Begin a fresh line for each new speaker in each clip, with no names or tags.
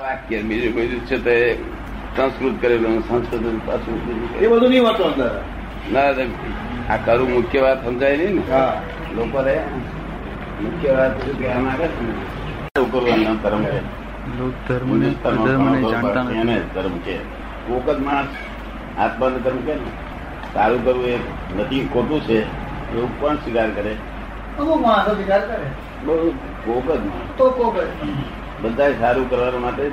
વાક્ય બીજું કોઈ છે તે સંસ્કૃત કરેલું સંસ્કૃત પાછું
એ બધું નહીં વાંચો અંદર
ના તે આ કરું મુખ્ય વાત સમજાય નહીં ને
હા
લોકો રે મુખ્ય વાત શું કહેવા માંગે છે ને? લોકો એમનો ધર્મ છે.
લોક ધર્મને
હિન્દુસ્તાનમાં
અધર્મને
ઘણો બધો
જાણતા
ભારતીય
નથી
ને ધર્મ છે કોક જ માણસ આત્માનો ધર્મ કે ને સારું કરવું એ નથી ખોટું છે એવું કોણ સ્વીકાર કરે
અમુક માણસો વિચાર કરે
બહુ કોક જ માણસ
તો કોક જ.
બધાએ સારું કરવા માટે જ.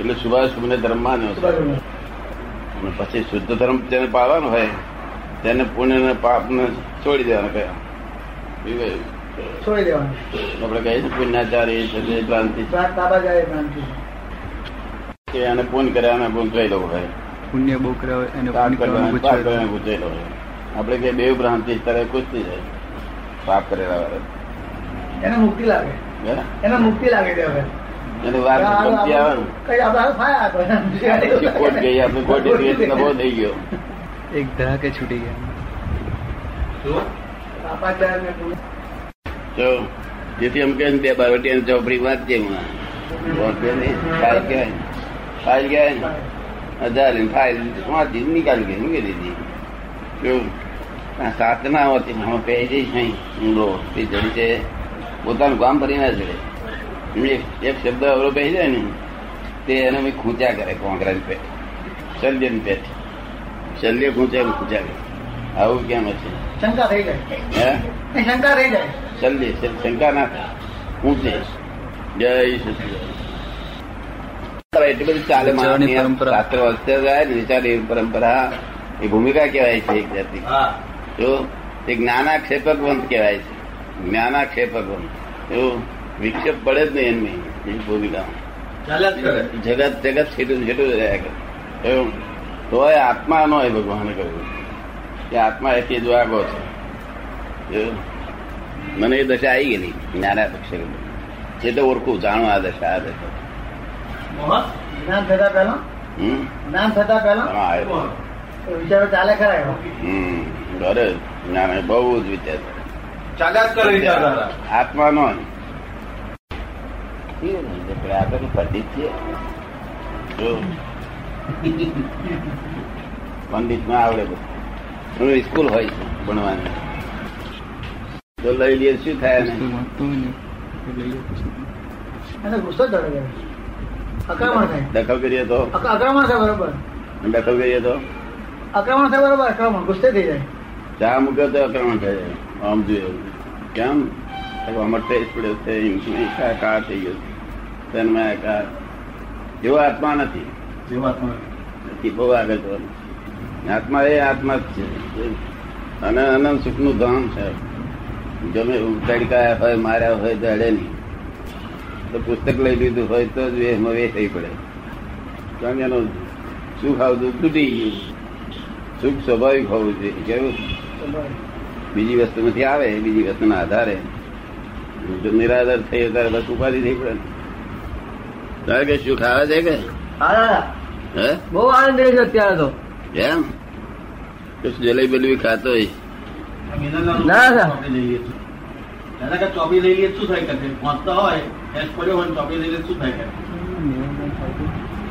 એટલે સુભાષ મને ધર્મ માન્યો છે
બરાબર.
અને પછી શુદ્ધ ધર્મ જેને પાળવાનો હોય તેને પુણ્ય ને પાપ ને છોડી દેવાના કયા વિવેક.
છોડી દેવાનું
આપણે કહીએ છીએ પુણ્યાચારી છે તે ભ્રાંતિ છે.
પ્રાણ તાબા જાય પ્રાણથી.
કે આને પૂન કર્યા અને પૂન થઈ લોકો હોય
પુણ્ય બહુ કરાવે એને
પાપ
પુણ્ય કરવાનું
કરવાને પાપ
પૂછાય
કરવાને પૂછેલો હોય આપણે કે બે ભ્રાંતિ ત્યારે કુસ્તી જાય પાપ કરેલા વાળા
એને મુક્તિ લાગે
હે ને?
એને મુક્તિ લાગે તે હવે.
એને વાર ગમતી આવવાનું
કઈ આપણે ફાયા આપણે.
પછી કોર્ટ ગઈ આપણે કોર્ટ બહુ થઈ ગયો
એક ધડાકે છૂટી ગયા
તાબા જાય ને પૂરું.
તો જેથી એમ કે બે બારવટી અને ચોપડી વાંચજે હું વાંચે નહીં ફાઇલ કહેવાય ને. ફાઇલ કહેવાય ને. હજાર ફાઇલ વાંચી નીકાળી ગઈ મૂકી દીધી કેવું આ સાત ના હોતી હું પહેરી જઈશ નહીં ઊંડો તે જડી છે પોતાનું કામ ભરી ના જડે એમ એક એક શબ્દ અવરો પહેરી જાય ને તે એને મેં ખૂંચ્યા કરે કોંગ્રેસ પેટ શલ્યની પેટ શલ્ય ખૂંચે એમ ખૂંચ્યા કરે આવું કેમ હશે
શંકા થઈ જાય
હે
એ શંકા થઈ જાય
શલ્ય શલ- શંકા ના થાય ખૂંચે જય સચિદાન એટલી બધી ચાલે
વિચારની
માણસ
પરંપરા.
શાસ્ત્ર વાંચતા જાય ને વિચારની પરંપરા એ ભૂમિકા કહેવાય છે એક જાતની જો એ જ્ઞાનાક્ષેપકવંત કહેવાય છે જ્ઞાનાક્ષેપકવંત એવું વિક્ષેપ પડે જ નહીં એમની એ ભૂમિકામાં જગત જગત છેટું છેટું જ રહ્યા કરે એવું તોય આત્મા નો એ ભગવાને કહ્યું કે આત્મા એક જ વાગો છે એવું. મને એ દશા આવી ગયેલી જ્ઞાનાક્ષેપ જે તો ઓળખું જાણો આ દશા આ દશા
જ્ઞાન થતા પહેલા
હમ
જ્ઞાન થતા પહેલા
હા, એ.
તો વિચારો ચાલે ખરા એવા.
હમ અરે જ્ઞાન બહુ જ વિચાર કરે આત્મા નો આપણે પંડિત છીએ જો. પંડિત ના આવડે બધું હું સ્કૂલ હોય છે ભણવાની તો લઈ લઈએ તો શું થાય ને
વસ્તુ વાંચતું હોય ને એ લઈએ પછી.
એને ગુસ્સો ચડે છે. અક્રમણ થાય
દખલ કરીએ તો
અક- અક્રમણ થાય બરોબર
દખલ કરીએ તો
અક્રમણ થાય બરોબર અક્રમણ ગુસ્સે થઈ જાય
ચા મૂકે તો અક્રમણ થાય છે. આમ જોઈએ કેમ તો કે અમારે ટેસ્ટ પડ્યો છે એમ કે નહીં, કા- કા થઈ ગયો છે. તન્મય કા એવો આત્મા નથી નથી બહુ આગળ જવાનું આત્મા એ આત્મા જ છે અને અનંત સુખનું ધામ છે ગમે એવું તડકાયા હોય માર્યા હોય તો અડે નહીં તો પુસ્તક લઈ લીધું હોય તો જ વેહમાં વેહ થઈ પડે કારણ કે એનું સુખ આવતું તૂટી ગયું સુખ સ્વાભાવિક હોવું જોઈએ કેવું બીજી વસ્તુ નથી આવે બીજી વસ્તુના આધારે જો નિરાધાર થઈ ત્યારે બસ ઉપાધિ થઈ પડે તારે કે સુખ આવે છે કે
હા દાદા
હે
બહુ આનંદ રહે છે અત્યારે તો
એમ તો જલેબી બલેબી ખાતો હોય
ના, ના.
ચોપડી લઈ લઈએ તો શું થાય કે પહોંચતા હોય એસ પડ્યો હોય ને ચોપડી લઈ લઈએ તો શું થાય કે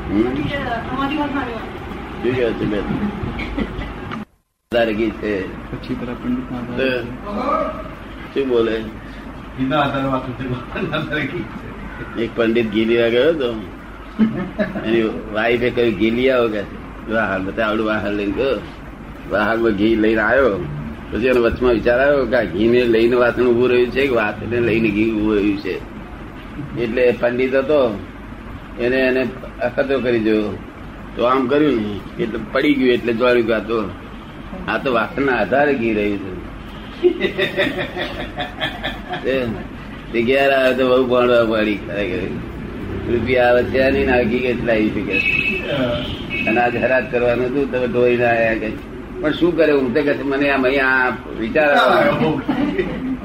હમ? શું કહે છે બેન વધારે ઘી છે
પછી પેલા પંડિત ના
તો શું બોલે
ઘીના આધારે વાતું છે ભગવાનના આધારે ઘી છે.
એક પંડિત ગીલીવા ગયો તો એની વાઈફે કહ્યું ગીલી આવો કે વાહર બધા આવડું વાહર લઈને ગયો વાહરમાં ઘી લઈને આવ્યો પછી એનો વચમાં વિચાર આવ્યો કે આ ઘીને લઈને વાસણ ઉભું રહ્યું છે કે વાસણને લઈને ઘી ઉભું રહ્યું છે એટલે પંડિત હતો એને એને અખતો કરી જોયો તો આમ કર્યું ને એટલે પડી ગયું એટલે જોડ્યું કે આ તો આ તો વાસણના આધારે ઘી રહ્યું છે તે- તે ઘેર આવે તો બહુ ભણવા પડી ખરેખર રૂપિયા આવે છે નહીં ને ઘી કેટલા આવી શકે
અ,
અને આજે હરાજ કરવાનું હતું તમે ધોઈને આવ્યા કે પણ શું કરે હું તો કે છે, મને આમ અહીંયા આ વિચાર આવ્યો
બહુ.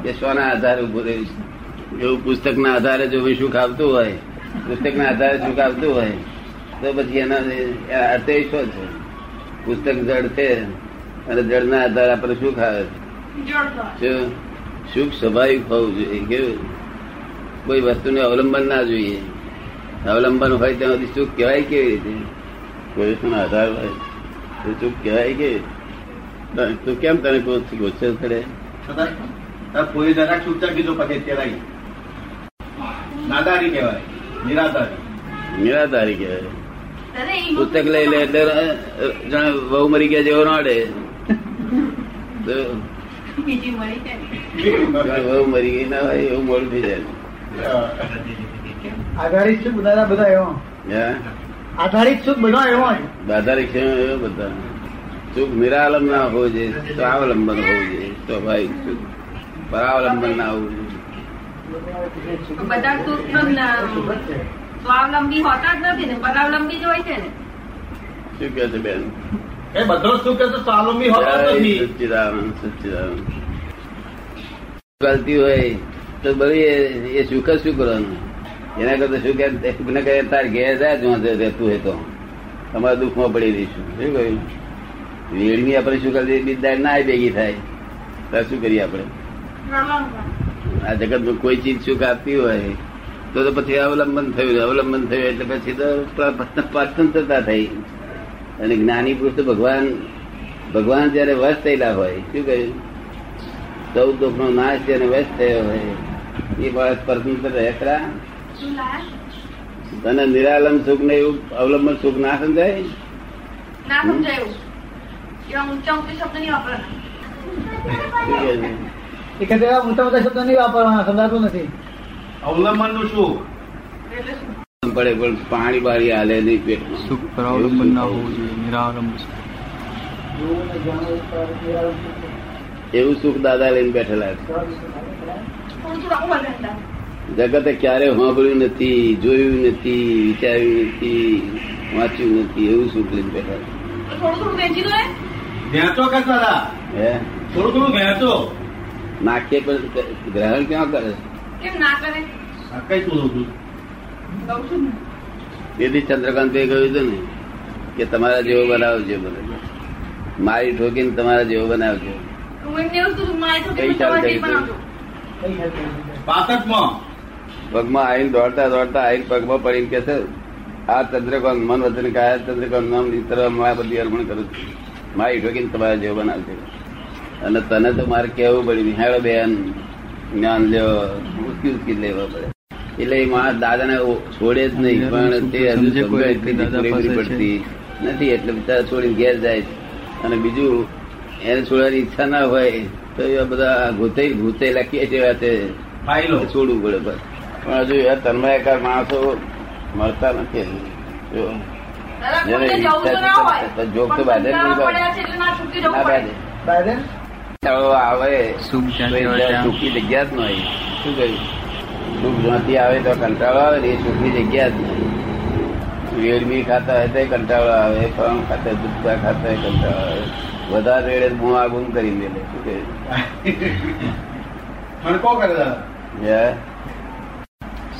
કે શોના આધારે ઉભો રહ્યું છે એવું પુસ્તકના આધારે જો ભાઈ સુખ આવતું હોય પુસ્તકના આધારે સુખ આવતું હોય તો પછી એના એના અર્થે શું છે પુસ્તક જળ છે અને જળના આધારે આપણે સુખ આવે છે શું? સુખ સ્વાભાવિક હોવું જોઈએ કેવું કોઈ વસ્તુને અવલંબન ના જોઈએ અવલંબન હોય ત્યાં સુધી ચૂક કહેવાય કેવી રીતે પોઝિશન આધાર હોય તો ચૂક કહેવાય કેવી રીતે? તું કેમ તને કોઈ ગુસ્સે ચડે
છતાં તાર પોલીસ જરાક છૂટતા કીધું પગે તેડાઈ નાદારી કહેવાય નિરાધારી
નિરાધારી કહેવાય
અરે એ
પુસ્તક લઈ લે એટલે ર- જાણે વહુ મરી ગયા જેવો રડે તો
બીજી મળી છે ને.
જાણે વહુ મરી ગઈ ના હોય એવું મોડું થઈ જાય
આધારિત સુખ બધા બધા એવા
હે?
આધારિત સુખ બધા એવા જ
બાધારી ક્ષેમ એવા બધા ચૂક નિરાલંબ ના હોવું જોઈએ સ્વાવલંબન હોવું જોઈએ સ્વાભાવિક ચૂક પરાવલંબન ના હોવું જોઈએ
બધા સુખ નો જ્ઞાન.
સુખ જ છે.
સ્વાવલંબી હોતા જ નથી ને પરાવલંબી જ હોય છે ને
શું કહે છે બેન
એ બધો શું કે તો સ્વાવલંબી હોતો જ
જય
નથી
સચ્ચિદાનંદ સચ્ચિદાનંદ ચાલતી હોય તો બધું એ- એ સુખ જ શું કરવાનું એના કરતા શું કે સુખ ને કહે તાર ઘેર જાય જ વાંધો રહેતું હોય તો તમારા દુઃખમાં પડી રહીશું શું કહ્યું વેડમી આપણે શું કરીએ બીજદાર ના આવી ભેગી થાય તો શું કરીએ આપણે આ જગતમાં કોઈ ચીજ સુખ આપતી હોય તો તો પછી અવલંબન થયું અવલંબન થયું એટલે પછી તો પ્ર- સ્વતંત્રતા થઈ અને જ્ઞાની પુરુષ તો ભગવાન ભગવાન જયારે વશ થયેલા હોય શું કહ્યું ચૌદ દુઃખનો નાશ જયારે વશ થયો હોય એ માણસ સ્વતંત્ર રહે ખરા
શું લાયા?
તને નિરાલંબ સુખ ને એવું અવલંબન સુખ ના સમજાય
ના સમજાયું એવા ઊંચા ઊંચા શબ્દ નહીં વાપરવાના
શું કહે છે?
એકાદ એવા મોટા મોટા શબ્દ નહીં વાપરવાના સમજાતું નથી
અવલંબન નું શું
એટલે શું
પડે પણ પાણી બાળી હાલે નહીં પેટમાં
સુખ પર અવલંબન ના હોવું જોઈએ નિરાવલંબ સુખ.
જોવું ને જાણવું પર નિરાળું સુખ છે.
એવું સુખ દાદા લઈને બેઠેલા છે
જવાબ શું આવે?
થોડું થોડું આવું બોલતા
જગતે ક્યારે સાંભળ્યું નથી જોયું નથી વિચાર્યું નથી વાંચ્યું નથી એવું સુખ લઈને બેઠા છે.
હતા. થોડું થોડું વેચી દો ને
વહેંચો કે દાદા
હે
થોડું થોડું વહેંચો
નાખે પણ ગ્રહણ ક્યાં કરે છે
કેમ ના કરે
આ કઈ શું હતું
કહું છું ને.
તેથી ચંદ્રકાંતે કહ્યું હતું ને કે તમારા જેવો બનાવજો મને મારી ઠોકીને તમારા જેવો બનાવજો
હું એમને એવું કીધું, મારે તો
કઈ
કેટલું તમારે
ચાલ
જે પણ આવજો.
કઈ હેલ્પ કરી શકે?
પાસઠ માં
પગમાં આઈને દોડતા દોડતા આઈને પગમાં પડીને કે છે આ ચંદ્રકાંત મન વચન કાયા ચંદ્રકાંત નામ નીતર માં બધી અર્પણ કરું છું મારી ઠોકીને તમારા જેવો બનાવજો અને તને તો મારે કહેવું પડ્યું નિહાળો બેન જ્ઞાન લેવો ઉચકી ઉચકી લેવા પડે એટલે એ માણસ દાદાને છોડે જ નહીં પણ તે હજુ
સમજે કોઈ
સમજાય એટલી
દાદા પાસે
પૂરેપૂરી
છે.
પડતી નથી એટલે બિચારા છોડીને ઘેર જાય છે. અને બીજું એને છોડવાની ઈચ્છા ના હોય તો એવા બધા ઘૂતે ઘૂતે લખીએ જેવા તે
ફાઇલો
છોડવું પડે બસ પણ હજુ એવા તન્મયકાર માણસો મળતા નથી હજુ. જો
દાદા,
જેને
કોઈને જવું તો ના હોય
ઈચ્છા છે, પણ જોગ તો
પણ
બાંધે જ
સમજાવવા
નહીં બાંધે.
પડ્યા છે એટલે ના છૂટકી જવું
ના
પડે
બાજે.
બાયડન?
ચાલો આવે
સુખ જ્યાંથી
તો એ
હોય ત્યાં.
સુખી જગ્યા જ નહીં શું કહ્યું સુખ જ્યાંથી આવે તો કંટાળો આવે ને એ સુખી જગ્યા જ નહીં વેડમી ખાતા હોય તો કંટાળો આવે ફળ ખાતા દૂધતા ખાતા હોય કંટાળો આવે વધારે રેડે તો બુઆ બૂમ કરી દે શું કહ્યું
ખણકો કરે દાદા
હે?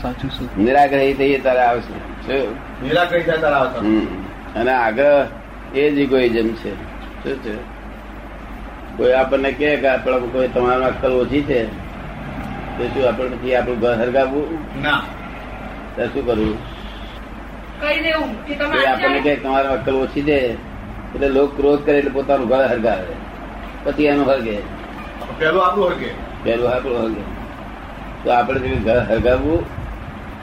સાચું સુખ
નિરાગ્રહી થઈએ ત્યારે આવશે શું
લીલા કઈ જતા આવતા
હમ. અને આગ્રહ એ જ ઇગોઇઝમ છે શું છે કોઈ આપણને કહે કે આપણે કોઈ તમારું અક્કલ ઓછી છે તો શું આપણે પછી આપણું ઘર હરગાવવું
ના
તો શું કરવું
કહી દેવું કે તમે
કોઈ આપણને કહે
આજે
કે તમારી અક્કલ ઓછી છે એટલે લોક ક્રોધ કરે એટલે પોતાનું ઘર હરગાવે પછી એનું હરગે
પેલું આપણું હરકે
પહેલું આપણું હરગે તો આપણે જે ઘર હરગાવવું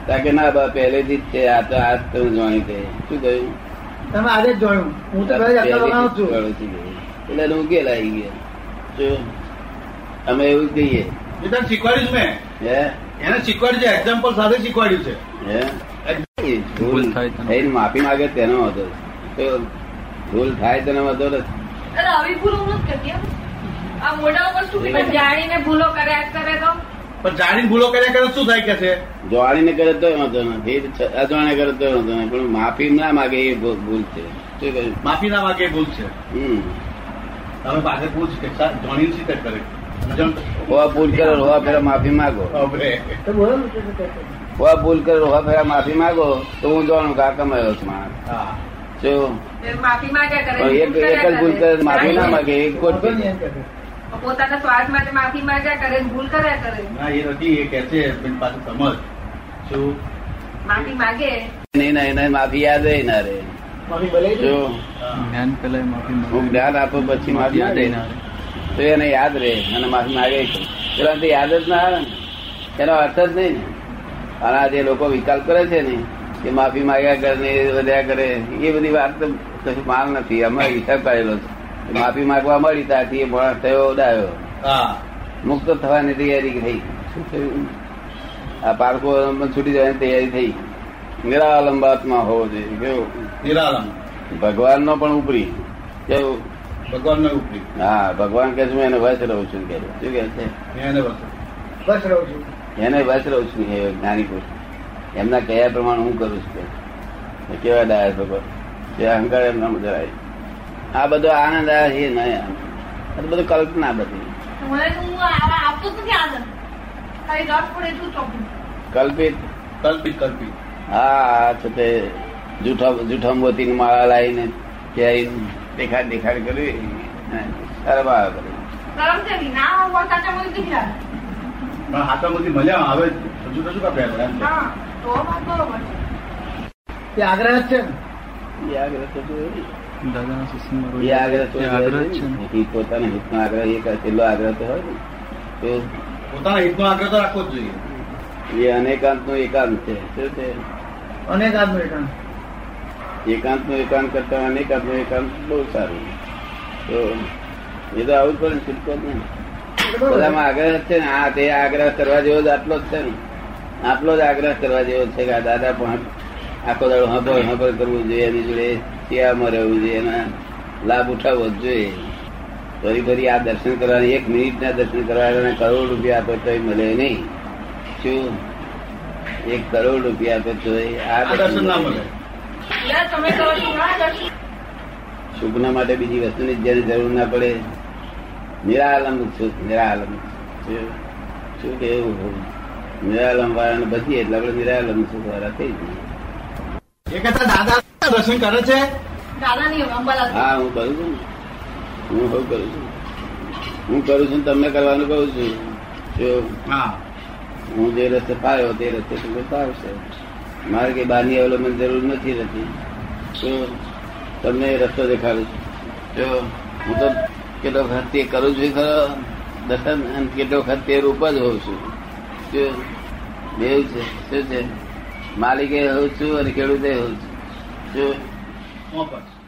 કારણ કે ના બા પહેલેથી જ છે આ તો આ જ તમે જાણી કહે શું કહ્યું
તમે આજે જ જોયું હું તો પહેલા જ અક્કલ વગરનો જ છું
પહેલેથી જ એટલે એને ઉકેલ આવી ગયા તો અમે એવું કહીએ
એ તને શીખવાડ્યું જ મેં
હે
એને શીખવાડ્યું છે એક્ઝામ્પલ સાથે શીખવાડ્યું છે
હે એ ભૂલ
ભૂલ થાય તેનો.
થઈને માફી માગે તેનો હતો તો ભૂલ થાય તેનો હતો નથી
દાદા, આવી ભૂલ હું નથી કરતી હો. આ મોઢા ઉપર શું કીધું? જાણીને ભૂલો કર્યા કરે તો
પણ જાણીને ભૂલો કર્યા કરે તો શું થાય કે છે
જોવાણીને કરે તો વાંધો નથી અજાણે કરે તો વાંધો નહીં પણ માફી ના માગે એ ભૂ- ભૂલ છે શું કહ્યું
માફી ના માગે એ ભૂલ છે
હમ
તમે પાસે પૂછ કે સા- જાણીને શી તે કરે જણ-
હોવા ભૂલ કરો હોવા ફેરા માફી માગો
હવે.
તો બોલો ને શું શું કહે છે?
હોવા ભૂલ કરો હોવા ફેરા માફી માગો તો હું જાણું કે આ કમાયો છે માણસ
હા.
જો
માફી માગ્યા કરે
પણ એક એક જ ભૂલ કરે તો માફી ના માગે એ
વાંધો
ખોટી
નહીં એમ કહે છે.
પોતાના સ્વાર્થ માટે માફી માગ્યા કરે ને ભૂલ કર્યા કરે
ના એ નથી એ કે છે પણ પાછું સમજ શું
માફી માગે
નહીં ના એને માફી યાદ રહી ના રે
માફી ભલે
જો
હા.
જ્ઞાન પેલા માફી
હું
માંગે.
જ્ઞાન આપું પછી માફી ના
યાદ
દઈ
ના રહે.
તો એને યાદ રહે અને માફી માગે છે પેલા તો યાદ જ ના આવે ને એનો અર્થ જ નહીં ને અને આ જે લોકો વિકલ્પ કરે છે ને કે માફી માગ્યા કરે ને એ બધા કરે એ બધી વાત તો કશું માલ નથી અમારે હિસાબ કરેલો છે કે માફી માંગવા મળી ત્યાંથી એ માણસ થયો ઉડાયો
હા.
મુક્ત થવાની તૈયારી થઈ શું થયું આ પારકો છૂટી જવાની તૈયારી થઈ નિરાલંબાત્મા હોવો જોઈએ કેવું
નિરાલંબ
ભગવાન નો પણ ઉપરી કેવું
ભગવાન ને ઉપરી
હા ભગવાન કે છે, હું એને વચ રહું છું કે છે. શું કે
મેં એને વસ્તુ.
બસ રહું છું
છે એને વચ રહું છું કે જ્ઞાની પુરુષ એમના કયા પ્રમાણે હું કરું છું કે છે. કેવા ડાયા ભગવાન જે અહંકાર એમના જરાય આ બધો આનંદ આ છે નહીં આનંદ. આ તો બધું કલ્પના બધી
મને તો હું આ- આ આપતો જ નથી આનંદ ખાલી રસ પડે એટલું ચોખ્ખું
કલ્પિત
કલ્પિત કલ્પિત
હા આ છે તે જૂઠા જૂઠાંબોતીની માળા લાવીને ક્યાંય દેખાડ દેખાડ કરવી હા, શરમ આવે બધી.
ગરમ થયેલી ના હોવા સાચા મને કેવી લાગે
પણ હાથામાંથી મજા આવે જ છે. હજુ તો શું કાપે આપણે એમ છે.
હા તો વાત બરોબર છે
તે આગ્રહ જ છે ને
એ આગ્રહ તો જોઈએ.
દાદાના સત્સંગમાં રોજ
એ આગ્રહ તો
એ આગ્રહ જ છે ને.
એ પોતાના હિતનો આગ્રહ એ કાંઈ છેલ્લો આગ્રહ તો હોય ને
પોતાના હિતનો આગ્રહ તો રાખવો જ જોઈએ
તો એ અનેકાંત નું એકાંત છે શું છે
અનેક આદમી એકાંત.
એકાંત નું એકાંત કરતા અનેકાંત નું એકાંત બહુ સારું તો એ તો આવું જ પડે ને, છૂટકો જ નહીં
એટલે બરોબર.
બધામાં આગ્રહ જ છે ને આ તે આગ્રહ કરવા જેવો જ આટલો જ છે ને આટલો જ આગ્રહ કરવા જેવો છે કે આ દાદા પણ આખો દાડો હંભળ હંભળ કરવું જોઈએ એની જોડે સેવામાં રહેવું જોઈએ એના લાભ ઉઠાવવો જ જોઈએ ફરી ફરી આ દર્શન કરવાની એક મિનિટના દર્શન કરવાના કરોડ રૂપિયા આપે તોય મળે નહીં શું એક કરોડ રૂપિયા આપે તોય
આ
આ
દર્શન ના મળે
યાર તમે કરો છો ના કરશો
સુખના માટે બીજી વસ્તુની જ્યારે જરૂર ના પડે નિરાલંબ સુખ નિરાલંબ શું શું કે એવું હોય? નિરાલંબ વાળાને બચીએ એટલે આપણે નિરાલંબ સુખ વાળા થઈ જઈએ
એ કહેતા દાદા દર્શન કરે છે
દાદાની અંબાલા
હા હું કરું છું ને. હું બહુ કરું છું હું કરું છું ને તમને કરવાનું કહું છું જો
હા
હું જે રસ્તે પાયો તે રસ્તે તમને પાવશે મારે કઈ બહારની અવલંબન જરૂર નથી રહેતી તો તમને એ રસ્તો દેખાડું છું જો હું તો કેટલો વખત તે કરું છું ખરો દર્શન અને કેટલો વખત તે રૂપ જ હોઉં છું જો બેવું છે શું છે માલિકે હોઉં છું અને ખેડૂતે હોઉં છું જો
મોફત